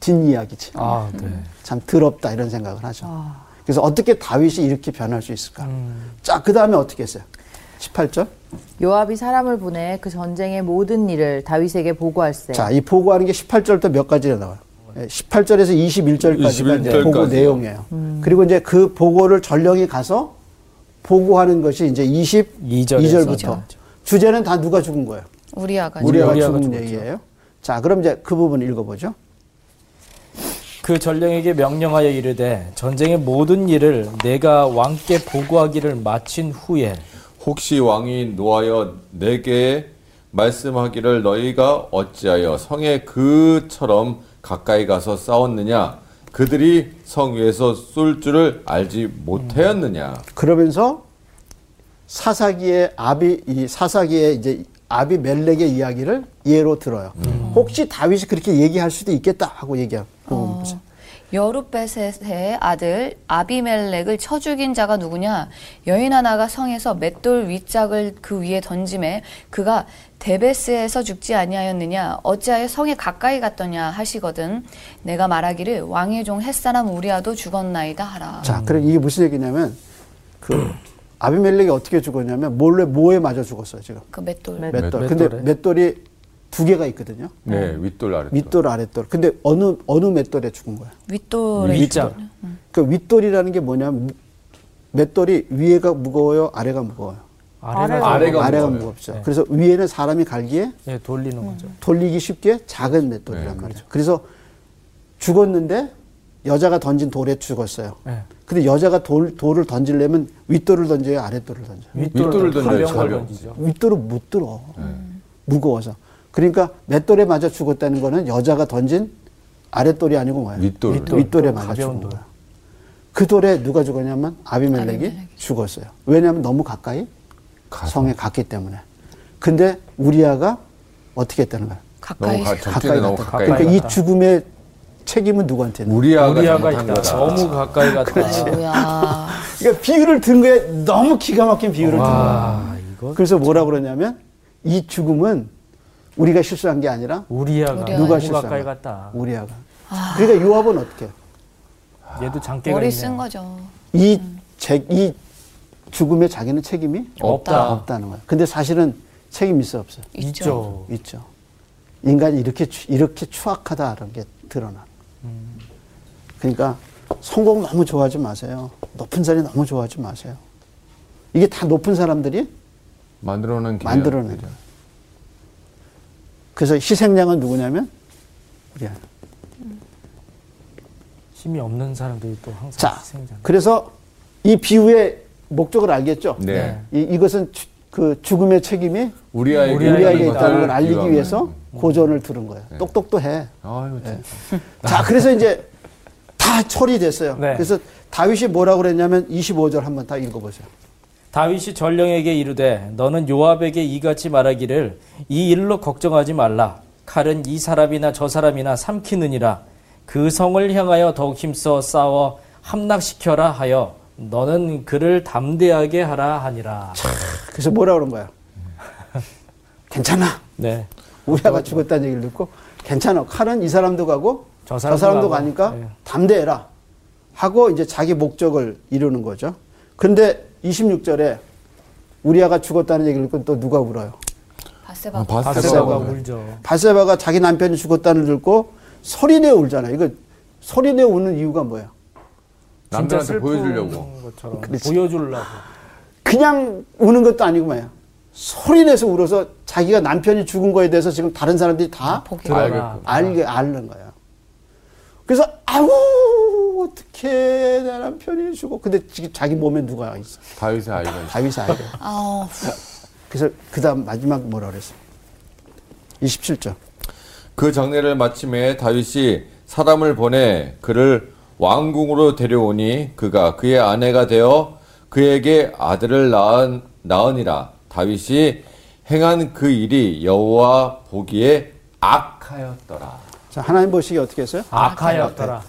뒷이야기지. 아, 네. 참 더럽다 이런 생각을 하죠. 그래서 어떻게 다윗이 이렇게 변할 수 있을까? 자, 그 다음에 어떻게 했어요? 18절. 요압이 사람을 보내 그 전쟁의 모든 일을 다윗에게 보고할세. 자, 이 보고하는 게 18절부터 몇 가지가 나와요. 예, 18절에서 21절까지가 이제 21절까지. 보고 내용이에요. 그리고 이제 그 보고를 전령이 가서 보고하는 것이 이제 22절에서 22절부터. 주제는 다 누가 죽은 거예요? 우리아가 우리- 우리가 우리아가 죽은 죽었죠. 얘기예요. 자, 그럼 이제 그 부분 읽어보죠. 그 전령에게 명령하여 이르되 전쟁의 모든 일을 내가 왕께 보고하기를 마친 후에 혹시 왕이 노하여 내게 말씀하기를 너희가 어찌하여 성에 그처럼 가까이 가서 싸웠느냐 그들이 성 위에서 쏠 줄을 알지 못하였느냐 그러면서 사사기의 아비 이 사사기의 이제 아비 멜렉의 이야기를 예로 들어요. 혹시 다윗이 그렇게 얘기할 수도 있겠다 하고 그 얘기하고 보세요. 여룻베셋의 아들 아비멜렉을 쳐 죽인 자가 누구냐? 여인 하나가 성에서 맷돌 윗짝을 그 위에 던짐에 그가 데베스에서 죽지 아니하였느냐? 어찌하여 성에 가까이 갔더냐 하시거든. 내가 말하기를 왕의 종 햇사람 우리아도 죽었나이다 하라. 자, 그럼 이게 무슨 얘기냐면 그 아비 멜렉이 어떻게 죽었냐면 몰래 뭐에 맞아 죽었어요 지금 그 맷돌. 맷- 맷돌. 맷- 근데 맷돌에? 맷돌이 두 개가 있거든요. 네 윗돌 아랫돌 윗돌 아랫돌. 근데 어느 어느 맷돌에 죽은 거야? 윗돌에 위장 그 윗돌이라는 게 뭐냐면 맷돌이 위에가 무거워요, 아래가 무거워요. 아래가 아래가 아래가 뭐. 무거워요. 어, 무겁죠. 네. 그래서 위에는 사람이 갈기에 네, 돌리는 거죠. 돌리기 쉽게 작은 맷돌이란 말이죠. 네, 그래서 죽었는데 여자가 던진 돌에 죽었어요. 네. 근데 여자가 돌, 돌을 던지려면 윗돌을 던져요, 아랫돌을 던져요. 윗돌을 던져요, 가벼운 가벼운. 던지죠. 윗돌은 못 들어. 무거워서. 그러니까 맷돌에 맞아 죽었다는 거는 여자가 던진 아랫돌이 아니고 뭐예요? 윗돌. 윗돌. 윗돌에 맞아 가벼운 죽은 돌. 거예요. 그 돌에 누가 죽었냐면 아비멜렉이 아비멜렉이. 죽었어요. 왜냐하면 너무 가까이 가서. 성에 갔기 때문에. 근데 우리아가 어떻게 했다는 거야? 너무 가까이 가, 적대는 너무 갔다. 가까이 그러니까 이 갔다. 죽음의 책임은 누구한테 있는 거야? 우리아가, 우리아가 잘못한 있다. 거다. 너무 가까이 갔다. 뭐야. 그러니까 비유를 든 거에 너무 기가 막힌 비유를 든 거야. 아, 이거 그래서 뭐라 그러냐면 이 죽음은 우리가 실수한 게 아니라 우리아가 우리아가 누가 너무 실수한 가까이 거야? 갔다. 우리아가. 그러니까 요압은 어떻게? 해요? 얘도 장깨가 머리 있네요. 쓴 거죠. 이, 제, 이 죽음에 자기는 책임이 없다. 없다는 거야. 근데 사실은 책임 있어 없어요? 있죠. 있죠. 인간이 이렇게 추- 이렇게 추악하다라는 게 드러나. 그러니까 성공 너무 좋아하지 마세요. 높은 자리 너무 좋아하지 마세요. 이게 다 높은 사람들이 만들어낸 만들어낸 거예요. 그래서 희생양은 누구냐면 우리 아들. 힘이 없는 사람들이 또 항상 자, 희생자. 그래서 이 비유의 목적을 알겠죠? 네. 네. 이, 이것은 주- 그 죽음의 책임이 우리아에게, 우리에게 있다는 있다는 걸 알리기 비유하면. 위해서 고전을 들은 거예요. 똑똑똑해. 아유 참. 자, 그래서 이제 다 처리됐어요. 네. 그래서 다윗이 뭐라고 그랬냐면 25절 한번 다 읽어보세요. 다윗이 전령에게 이르되 너는 요압에게 이같이 말하기를 이 일로 걱정하지 말라 칼은 이 사람이나 저 사람이나 삼키느니라 그 성을 향하여 더욱 힘써 싸워 함락시켜라 하여 너는 그를 담대하게 하라 하니라. 그래서 뭐라고 그런 거예요? 음. 괜찮아. 네. 우리 아가 죽었다는 얘기를 듣고 괜찮아. 칼은 이 사람도 가고 저 저 사람도 사람도, 가고. 가니까 예. 담대해라. 하고 이제 자기 목적을 이루는 거죠. 근데 26절에 우리 아가 죽었다는 얘기를 듣고 또 누가 울어요? 바세바가. 바세바가 바세바가 바세바가 네. 울죠. 바세바가 자기 남편이 죽었다는 들고 소리내 울잖아요. 이거 소리내 우는 이유가 뭐예요? 진짜 남들한테 슬픈 보여주려고. 아, 것처럼 그렇지. 보여주려고. 그냥 우는 것도 아니고 뭐예요? 소리내서 울어서 자기가 남편이 죽은 거에 대해서 지금 다른 사람들이 다 보기 아, 드러나. 알겠군. 알게 앓는 거야. 그래서 아우 어떻게 내 남편이 죽어? 근데 지금 자기 몸에 누가 있어? 다윗의 아이가 있어. 다윗이 아이래. 아우 그래서 그다음 마지막 뭐라 그랬어? 27절. 그 장례를 마침에 다윗이 사람을 보내 그를 왕궁으로 데려오니 그가 그의 아내가 되어 그에게 아들을 낳은, 낳으니라 다윗이 행한 그 일이 여호와 보기에 악하였더라. 자 하나님 보시기 어떻게 했어요? 아, 네. 네. 악하였더라.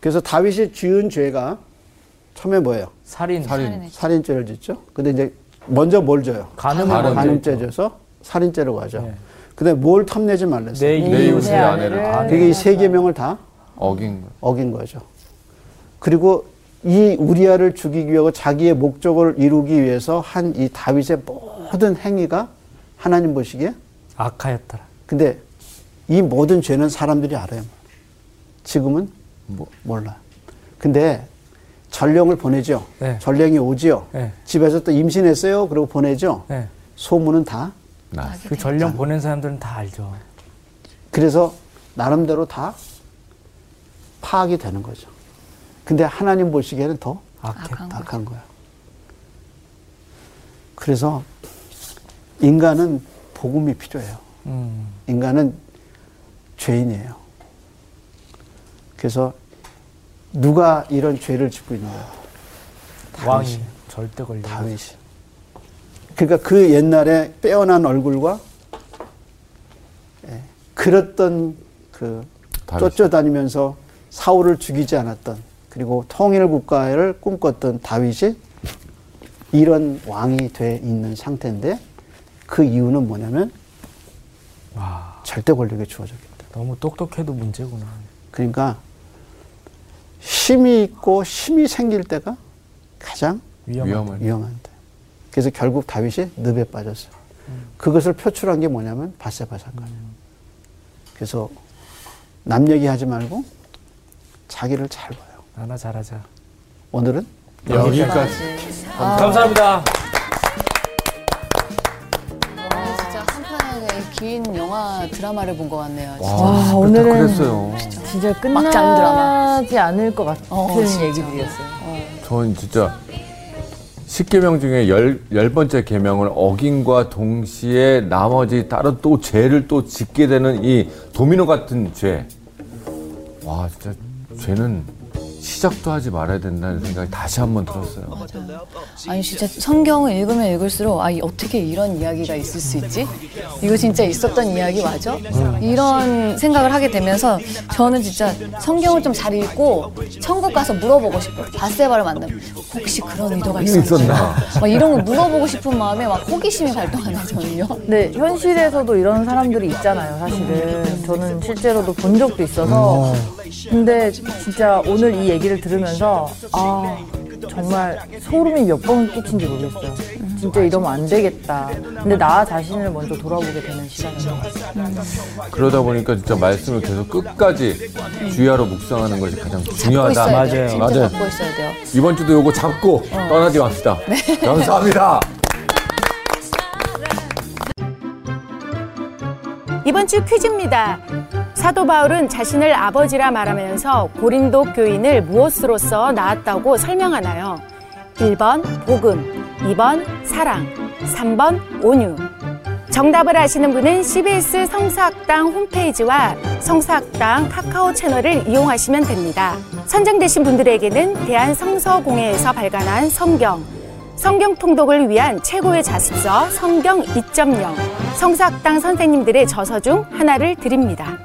그래서 다윗이 지은 죄가 처음에 뭐예요? 살인. 살인. 살인죄를 짓죠. 근데 이제 먼저 뭘 져요? 간음을 간음. 간음죄 져서 살인죄로 가죠. 네. 근데 뭘 탐내지 말랬어요? 내 내 이웃 이웃의 아내를 아내를 그게 이 세 개명을 다 어긴 거. 어긴 거죠. 그리고 이 우리아를 죽이기 위하고 자기의 목적을 이루기 위해서 한 이 다윗의 모든 행위가 하나님 보시기에 악하였더라. 근데 이 모든 죄는 사람들이 알아요. 지금은 뭐? 몰라. 근데 전령을 보내죠. 네. 전령이 오지요. 네. 집에서 또 임신했어요. 그리고 보내죠. 네. 소문은 다. 나. 그 전령 보낸 사람들은 다 알죠. 그래서 나름대로 다 파악이 되는 거죠. 근데 하나님 보시기에는 더 악했다. 악한 거야. 그래서 인간은 복음이 필요해요. 음. 인간은 죄인이에요. 그래서 누가 이런 죄를 짓고 있는 거예요? 왕이 절대 걸려. 다윗이. 그러니까 그 옛날에 빼어난 얼굴과 예, 그랬던 그 다윗이. 쫓아다니면서 사울을 죽이지 않았던 그리고 통일 국가를 꿈꿨던 다윗이 이런 왕이 돼 있는 상태인데 그 이유는 뭐냐면 와, 절대 권력에 주어졌기 때문에. 너무 똑똑해도 문제구나. 그러니까 힘이 있고 힘이 생길 때가 가장 위험한. 위험을. 위험한데. 그래서 결국 다윗이 늪에 빠졌어요. 그것을 표출한 게 뭐냐면 바세바 사건이에요. 그래서 남 얘기하지 말고 자기를 잘 봐요. 나나 잘하자. 오늘은 여기까지. 감사합니다. 아, 진짜 한판의 긴 영화 드라마를 본 것 같네요. 진짜. 와, 오늘은 오늘은 그랬어요. 진짜 막장 드라마. 끝나지 않을 것 같은 어, 진짜. 얘기들이었어요. 전 진짜 10계명 중에 열, 열 번째 계명을 어긴과 동시에 나머지 다른 또 죄를 또 짓게 되는 이 도미노 같은 죄. 와, 진짜 죄는 시작도 하지 말아야 된다는 생각이 다시 한 번 들었어요. 아니 진짜 성경을 읽으면 읽을수록 아 이- 어떻게 이런 이야기가 있을 수 있지? 이거 진짜 있었던 이야기 맞아? 이런 생각을 하게 되면서 저는 진짜 성경을 좀 잘 읽고 천국 가서 물어보고 싶어요. 바세바를 만나면 혹시 그런 의도가 있었지? 있었나? 막 이런 거 물어보고 싶은 마음에 막 호기심이 발동하네 저는요. 근데 현실에서도 이런 사람들이 있잖아요, 사실은. 저는 실제로도 본 적도 있어서. 근데 진짜 오늘 이 얘기를 들으면서, 아, 정말 소름이 몇 번 끼친지 모르겠어요. 진짜 이러면 안 되겠다. 근데 나 자신을 먼저 돌아보게 되는 시간인 것 같아요. 그러다 보니까 진짜 말씀을 계속 끝까지 주의하러 묵상하는 것이 가장 잡고 중요하다. 있어야 돼요. 어. 맞아요. 진짜 맞아요. 잡고 있어야 돼요. 이번 주도 요거 잡고 떠나지 맙시다. 네. 감사합니다. 이번 주 퀴즈입니다. 사도 바울은 자신을 아버지라 말하면서 고린도 교인을 무엇으로써 낳았다고 설명하나요? 1번 복음, 2번 사랑, 3번 온유. 정답을 아시는 분은 CBS 성사학당 홈페이지와 성사학당 카카오 채널을 이용하시면 됩니다. 선정되신 분들에게는 대한성서공회에서 발간한 성경, 성경 통독을 위한 최고의 자습서 성경 2.0, 성사학당 선생님들의 저서 중 하나를 드립니다.